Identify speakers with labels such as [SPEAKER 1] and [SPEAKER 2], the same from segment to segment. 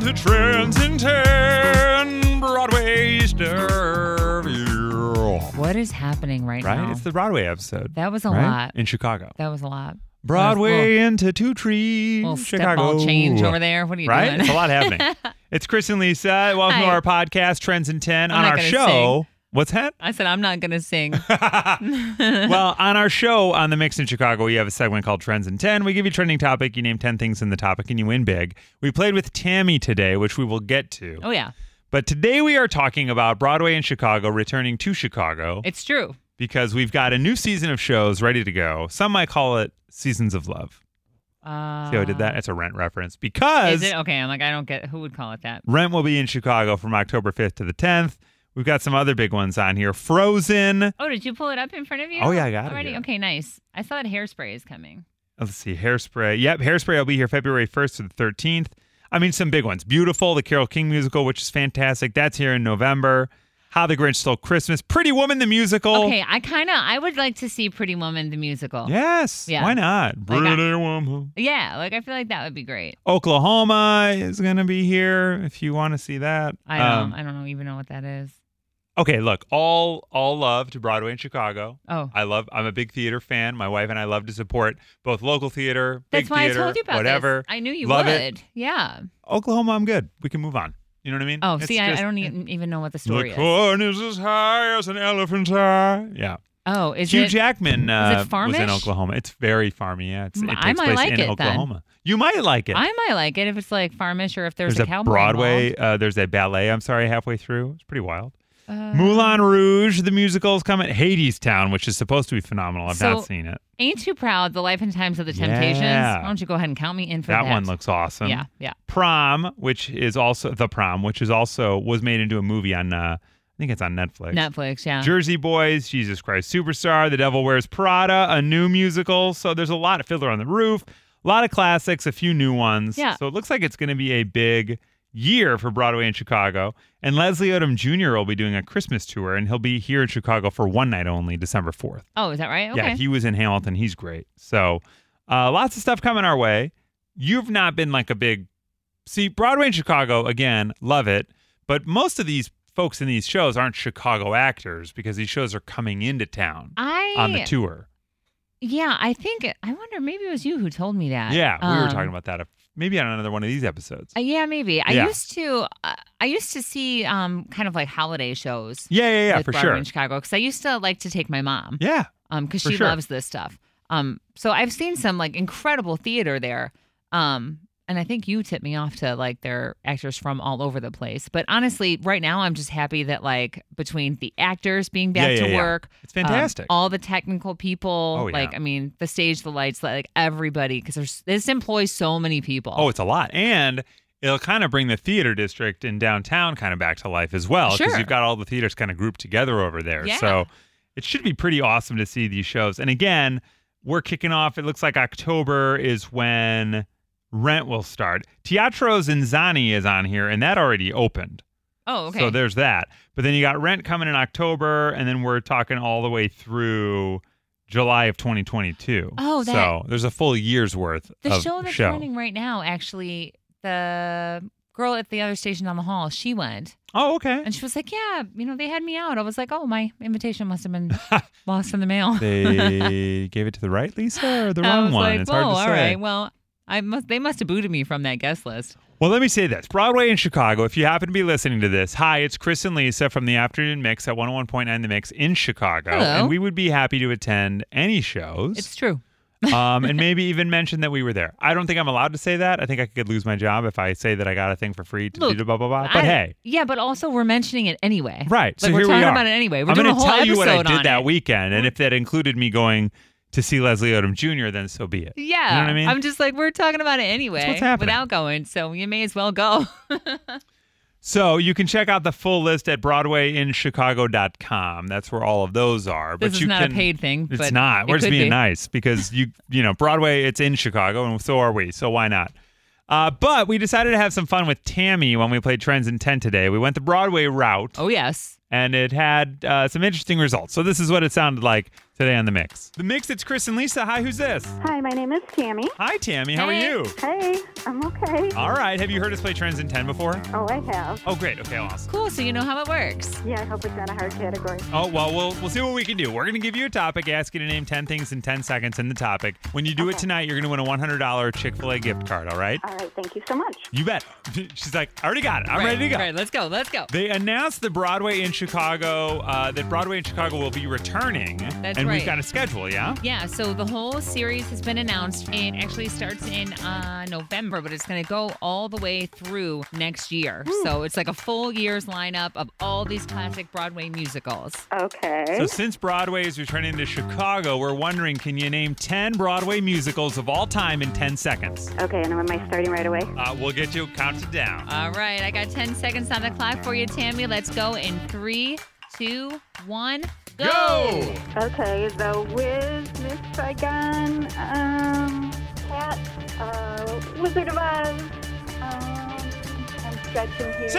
[SPEAKER 1] the trends in 10 Broadway's interview.
[SPEAKER 2] What is happening right,
[SPEAKER 1] Right?
[SPEAKER 2] now?
[SPEAKER 1] It's the Broadway episode.
[SPEAKER 2] that was a
[SPEAKER 1] right?
[SPEAKER 2] lot.
[SPEAKER 1] In Chicago.
[SPEAKER 2] That was a lot.
[SPEAKER 1] Broadway into two trees.
[SPEAKER 2] Little step
[SPEAKER 1] Chicago.
[SPEAKER 2] ball change over there. What are you
[SPEAKER 1] Right?
[SPEAKER 2] doing?
[SPEAKER 1] It's a lot happening. It's Chris and Lisa. Welcome to
[SPEAKER 2] Hi.
[SPEAKER 1] our podcast, Trends in 10.
[SPEAKER 2] I'm
[SPEAKER 1] on
[SPEAKER 2] not
[SPEAKER 1] our
[SPEAKER 2] gonna
[SPEAKER 1] show. What's that?
[SPEAKER 2] I said I'm not gonna sing.
[SPEAKER 1] well, on our show on the Mix in Chicago, we have a segment called Trends in 10. We give you a trending topic, you name 10 things in the topic, and you win big. We played with Tammy today, which we will get to.
[SPEAKER 2] oh yeah,
[SPEAKER 1] But today we are talking about Broadway in Chicago returning to Chicago
[SPEAKER 2] it's true.
[SPEAKER 1] because we've got a new season of shows ready to go. Some might call it Seasons of Love.
[SPEAKER 2] Uh,
[SPEAKER 1] See how I did that? It's a rent reference because
[SPEAKER 2] Is it okay? I'm like I don't get who would call it that.
[SPEAKER 1] Rent will be in Chicago from October 5th to the 10th. We've got some other big ones on here. Frozen.
[SPEAKER 2] Oh, did you pull it up in front of you?
[SPEAKER 1] Oh, yeah, I got it
[SPEAKER 2] already.
[SPEAKER 1] here.
[SPEAKER 2] Okay, nice. I thought hairspray is coming.
[SPEAKER 1] Let's see. Hairspray. Yep. Hairspray will be here February 1st to the 13th. I mean, some big ones. Beautiful, the Carol King musical, which is fantastic. That's here in November. How the Grinch Stole Christmas. Pretty Woman, the musical.
[SPEAKER 2] Okay, I kind of I would like to see Pretty Woman the musical.
[SPEAKER 1] Yes.
[SPEAKER 2] Oh. Yeah.
[SPEAKER 1] Why not?
[SPEAKER 2] Like I-
[SPEAKER 1] Pretty Woman.
[SPEAKER 2] Yeah, like I feel like that would be great.
[SPEAKER 1] Oklahoma is going to be here if you want to see that.
[SPEAKER 2] I don't
[SPEAKER 1] Um,
[SPEAKER 2] I don't know, even know what that is.
[SPEAKER 1] okay, look, all all love to Broadway in Chicago.
[SPEAKER 2] Oh,
[SPEAKER 1] I love. I'm a big theater fan. My wife and I love to support both local theater,
[SPEAKER 2] that's
[SPEAKER 1] big
[SPEAKER 2] why
[SPEAKER 1] theater,
[SPEAKER 2] I told you about this.
[SPEAKER 1] whatever.
[SPEAKER 2] I knew you
[SPEAKER 1] Love
[SPEAKER 2] would.
[SPEAKER 1] it.
[SPEAKER 2] Yeah.
[SPEAKER 1] Oklahoma, I'm good. We can move on. You know what I mean?
[SPEAKER 2] Oh,
[SPEAKER 1] It's
[SPEAKER 2] see, I,
[SPEAKER 1] just- eh,
[SPEAKER 2] I don't even, even know what the
[SPEAKER 1] The
[SPEAKER 2] story is.
[SPEAKER 1] corn is as high as an elephant's eye. Yeah.
[SPEAKER 2] Oh, is
[SPEAKER 1] Hugh
[SPEAKER 2] it?
[SPEAKER 1] Jackman uh, was in
[SPEAKER 2] farmish?
[SPEAKER 1] Oklahoma. It's very farmy. Yeah, it's, it
[SPEAKER 2] Mm,
[SPEAKER 1] takes
[SPEAKER 2] I might
[SPEAKER 1] place
[SPEAKER 2] like
[SPEAKER 1] in
[SPEAKER 2] it then.
[SPEAKER 1] Oklahoma. You might like it.
[SPEAKER 2] I might like it if it's like farmish or if there's,
[SPEAKER 1] there's
[SPEAKER 2] a cowboy.
[SPEAKER 1] Broadway. Uh, there's a ballet. I'm sorry, halfway through. It's pretty wild.
[SPEAKER 2] involved. Uh,
[SPEAKER 1] Moulin Rouge, the musical's coming. Hades Town, which is supposed to be phenomenal. I've
[SPEAKER 2] So,
[SPEAKER 1] not seen it.
[SPEAKER 2] Ain't too proud. The Life and Times of the Temptations.
[SPEAKER 1] Yeah.
[SPEAKER 2] Why don't you go ahead and count me in for
[SPEAKER 1] That
[SPEAKER 2] that?
[SPEAKER 1] one looks awesome.
[SPEAKER 2] Yeah, yeah.
[SPEAKER 1] Prom, which is also the prom, which is also was made into a movie on. Uh, I think it's on Netflix.
[SPEAKER 2] Netflix. Yeah.
[SPEAKER 1] Jersey Boys, Jesus Christ Superstar, The Devil Wears Prada, a new musical. So there's a lot of Fiddler on the Roof, a lot of classics, a few new ones.
[SPEAKER 2] Yeah.
[SPEAKER 1] So it looks like it's going to be a big year for Broadway in Chicago. And Leslie Odom Jr. will be doing a Christmas tour, and he'll be here in Chicago for one night only, December 4th.
[SPEAKER 2] oh, is that right? Okay.
[SPEAKER 1] Yeah, he was in Hamilton. He's great. So uh, lots of stuff coming our way. You've not been like a big see Broadway in Chicago again. Love it, but most of these folks in these shows aren't Chicago actors because these shows are coming into town
[SPEAKER 2] I
[SPEAKER 1] on the tour.
[SPEAKER 2] yeah, I think I wonder. Maybe it was you who told me that.
[SPEAKER 1] Yeah, we were
[SPEAKER 2] Um,
[SPEAKER 1] talking about that. uh, Maybe on another one of these episodes.
[SPEAKER 2] uh, yeah, maybe. I
[SPEAKER 1] Yeah.
[SPEAKER 2] used to. Uh, I used to see um kind of like holiday shows.
[SPEAKER 1] yeah, yeah, yeah,
[SPEAKER 2] with
[SPEAKER 1] for
[SPEAKER 2] Broadway
[SPEAKER 1] sure.
[SPEAKER 2] In Chicago, because I used to like to take my mom.
[SPEAKER 1] Yeah,
[SPEAKER 2] um because
[SPEAKER 1] For
[SPEAKER 2] she
[SPEAKER 1] sure.
[SPEAKER 2] loves this stuff um so i've seen some like incredible theater there um and i think you tipped me off to like their actors from all over the place but honestly right now i'm just happy that like between the actors being back
[SPEAKER 1] Yeah, yeah,
[SPEAKER 2] to
[SPEAKER 1] yeah.
[SPEAKER 2] work
[SPEAKER 1] it's
[SPEAKER 2] um,
[SPEAKER 1] fantastic.
[SPEAKER 2] all the technical people
[SPEAKER 1] Oh, yeah.
[SPEAKER 2] like i mean the stage the lights like everybody because there's this employs so many people
[SPEAKER 1] Oh, it's a lot. And it'll kind of bring the theater district in downtown kind of back to life as well. Because
[SPEAKER 2] Sure.
[SPEAKER 1] you've got all the theaters kind of grouped together over there.
[SPEAKER 2] Yeah.
[SPEAKER 1] So it should be pretty awesome to see these shows. And again, we're kicking off. It looks like October is when Rent will start. Teatro Zanzani is on here, and that already opened.
[SPEAKER 2] oh okay
[SPEAKER 1] So there's that. But then you got Rent coming in October, and then we're talking all the way through July of 2022.
[SPEAKER 2] Oh, that-
[SPEAKER 1] so there's a full year's worth
[SPEAKER 2] the
[SPEAKER 1] of
[SPEAKER 2] show that's running right now actually the girl at the other station down the hall she went
[SPEAKER 1] Oh, okay.
[SPEAKER 2] And she was like, Yeah, you know, they had me out. I was like, Oh, my invitation must have been lost in the mail.
[SPEAKER 1] they gave it to the right Lisa or the
[SPEAKER 2] I
[SPEAKER 1] wrong
[SPEAKER 2] was
[SPEAKER 1] one?
[SPEAKER 2] like,
[SPEAKER 1] it's
[SPEAKER 2] Whoa,
[SPEAKER 1] hard to
[SPEAKER 2] all
[SPEAKER 1] say.
[SPEAKER 2] right. Well, I must they must have booted me from that guest list.
[SPEAKER 1] Well, let me say this. Broadway in Chicago, if you happen to be listening to this, hi, it's Chris and Lisa from the Afternoon Mix at 101.9 The Mix in Chicago.
[SPEAKER 2] Hello.
[SPEAKER 1] And we would be happy to attend any shows
[SPEAKER 2] It's true.
[SPEAKER 1] um, and maybe even mention that we were there. I don't think I'm allowed to say that. I think I could lose my job if I say that I got a thing for free to
[SPEAKER 2] Look,
[SPEAKER 1] do the blah, blah, blah.
[SPEAKER 2] I-
[SPEAKER 1] Uh, But hey,
[SPEAKER 2] Yeah, but also we're mentioning it anyway.
[SPEAKER 1] right.
[SPEAKER 2] Like
[SPEAKER 1] so
[SPEAKER 2] we're
[SPEAKER 1] here
[SPEAKER 2] talking
[SPEAKER 1] we are.
[SPEAKER 2] about it anyway. We're
[SPEAKER 1] I'm
[SPEAKER 2] doing
[SPEAKER 1] going
[SPEAKER 2] a
[SPEAKER 1] to
[SPEAKER 2] whole
[SPEAKER 1] tell you what I
[SPEAKER 2] episode on
[SPEAKER 1] did that
[SPEAKER 2] it.
[SPEAKER 1] weekend. And if that included me going to see Leslie Odom Jr., then so be it.
[SPEAKER 2] Yeah.
[SPEAKER 1] I mean?
[SPEAKER 2] I'm just like, we're talking about it anyway
[SPEAKER 1] what's happening.
[SPEAKER 2] without going, so you may as well go.
[SPEAKER 1] So you can check out the full list at BroadwayInChicago.com. That's where all of those are.
[SPEAKER 2] this is
[SPEAKER 1] you
[SPEAKER 2] not
[SPEAKER 1] can-
[SPEAKER 2] a paid thing.
[SPEAKER 1] It's
[SPEAKER 2] but
[SPEAKER 1] not.
[SPEAKER 2] it
[SPEAKER 1] We're just
[SPEAKER 2] could
[SPEAKER 1] being
[SPEAKER 2] be.
[SPEAKER 1] nice because you you know Broadway. It's in Chicago, and so are we. So why not? Uh, but we decided to have some fun with Tammy when we played Trends in Ten today. We went the Broadway route,
[SPEAKER 2] Oh yes.
[SPEAKER 1] and it had uh, some interesting results. So this is what it sounded like. today on The Mix. The Mix, it's Chris and Lisa. Hi, who's this?
[SPEAKER 3] Hi, my name is Tammy.
[SPEAKER 1] Hi, Tammy. How
[SPEAKER 2] Hey.
[SPEAKER 1] are you?
[SPEAKER 3] Hey, I'm okay.
[SPEAKER 1] All right. Have you heard us play Trends in 10 before?
[SPEAKER 3] Oh, I have.
[SPEAKER 1] Oh, great. Okay, awesome.
[SPEAKER 2] Cool. So you know how it works.
[SPEAKER 3] Yeah, I hope it's not a hard category.
[SPEAKER 1] Oh, well, we'll we'll see what we can do. We're going to give you a topic, ask you to name 10 things in 10 seconds in the topic. When you do it
[SPEAKER 3] Okay.
[SPEAKER 1] tonight, you're going to win a $100 Chick-fil-A gift card, all right?
[SPEAKER 3] All right, thank you so much.
[SPEAKER 1] You bet. She's like, I already got it. I'm
[SPEAKER 2] right,
[SPEAKER 1] ready to go.
[SPEAKER 2] Right. Let's go. Let's go.
[SPEAKER 1] They announced the Broadway in Chicago, uh, that Broadway in Chicago will be returning. That's and we've
[SPEAKER 2] right.
[SPEAKER 1] got a schedule, yeah?
[SPEAKER 2] Yeah, so the whole series has been announced. It actually starts in uh, November, but it's going to go all the way through next year. So it's like a full year's lineup of all these classic Broadway musicals.
[SPEAKER 3] Okay.
[SPEAKER 1] So since Broadway is returning to Chicago, we're wondering, can you name 10 Broadway musicals of all time in 10 seconds?
[SPEAKER 3] Okay, and am I starting right away?
[SPEAKER 1] Uh, we'll get you counted down.
[SPEAKER 2] All right, I got 10 seconds on the clock for you, Tammy. Let's go in three, two, one, go!
[SPEAKER 3] Okay, The Wiz, Miss Saigon, um, Cat, uh, Wizard of Oz. Um, I'm stretching here.
[SPEAKER 1] Time!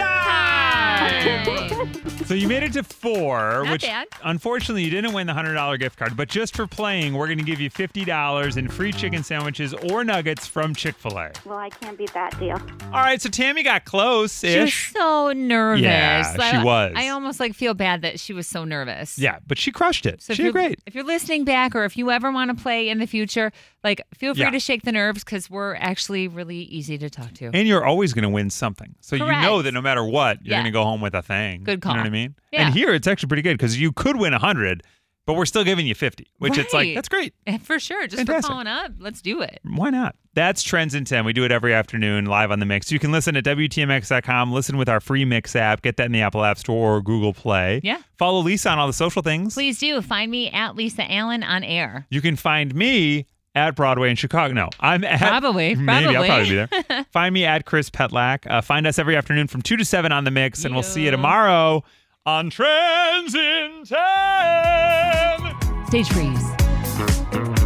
[SPEAKER 1] so you made it to four,
[SPEAKER 2] Not
[SPEAKER 1] which
[SPEAKER 2] bad.
[SPEAKER 1] unfortunately you didn't win the $100 gift card, but just for playing, we're going to give you $50 in free chicken sandwiches or nuggets from Chick-fil-A.
[SPEAKER 3] Well, I can't beat that deal.
[SPEAKER 1] All right, so Tammy got
[SPEAKER 2] She was
[SPEAKER 1] close-ish.
[SPEAKER 2] so nervous.
[SPEAKER 1] Yeah, she
[SPEAKER 2] I-
[SPEAKER 1] was.
[SPEAKER 2] I almost like feel bad that she was so nervous.
[SPEAKER 1] Yeah, but she crushed it.
[SPEAKER 2] So if
[SPEAKER 1] she
[SPEAKER 2] you're,
[SPEAKER 1] did great.
[SPEAKER 2] If you're listening back, or if you ever want to play in the future, like feel free
[SPEAKER 1] Yeah.
[SPEAKER 2] to shake the nerves because we're actually really easy to talk to.
[SPEAKER 1] And you're always going to win something. So you know
[SPEAKER 2] Correct.
[SPEAKER 1] that no matter what, you're
[SPEAKER 2] Yeah.
[SPEAKER 1] going to go home with a thing.
[SPEAKER 2] Good
[SPEAKER 1] You know what I
[SPEAKER 2] call.
[SPEAKER 1] mean?
[SPEAKER 2] Yeah.
[SPEAKER 1] And here it's actually pretty good because you could win 100, but we're still giving you 50, which it's like,
[SPEAKER 2] Right.
[SPEAKER 1] that's great.
[SPEAKER 2] And for sure, just
[SPEAKER 1] Fantastic.
[SPEAKER 2] for calling up, let's do it.
[SPEAKER 1] Why not? That's Trends in 10. We do it every afternoon live on the mix. You can listen at WTMX.com, listen with our free mix app, get that in the Apple App Store or Google Play.
[SPEAKER 2] Yeah.
[SPEAKER 1] Follow Lisa on all the social things.
[SPEAKER 2] Please do find me at Lisa Allen on air.
[SPEAKER 1] You can find me at Broadway in Chicago. No, I'm at
[SPEAKER 2] Probably,
[SPEAKER 1] Maybe I'll
[SPEAKER 2] probably.
[SPEAKER 1] probably be there. find me at Chris Petlak. Uh, find us every afternoon from two to seven on the mix, and we'll see you
[SPEAKER 2] Yeah.
[SPEAKER 1] tomorrow on Trends in Ten.
[SPEAKER 2] Stage freeze.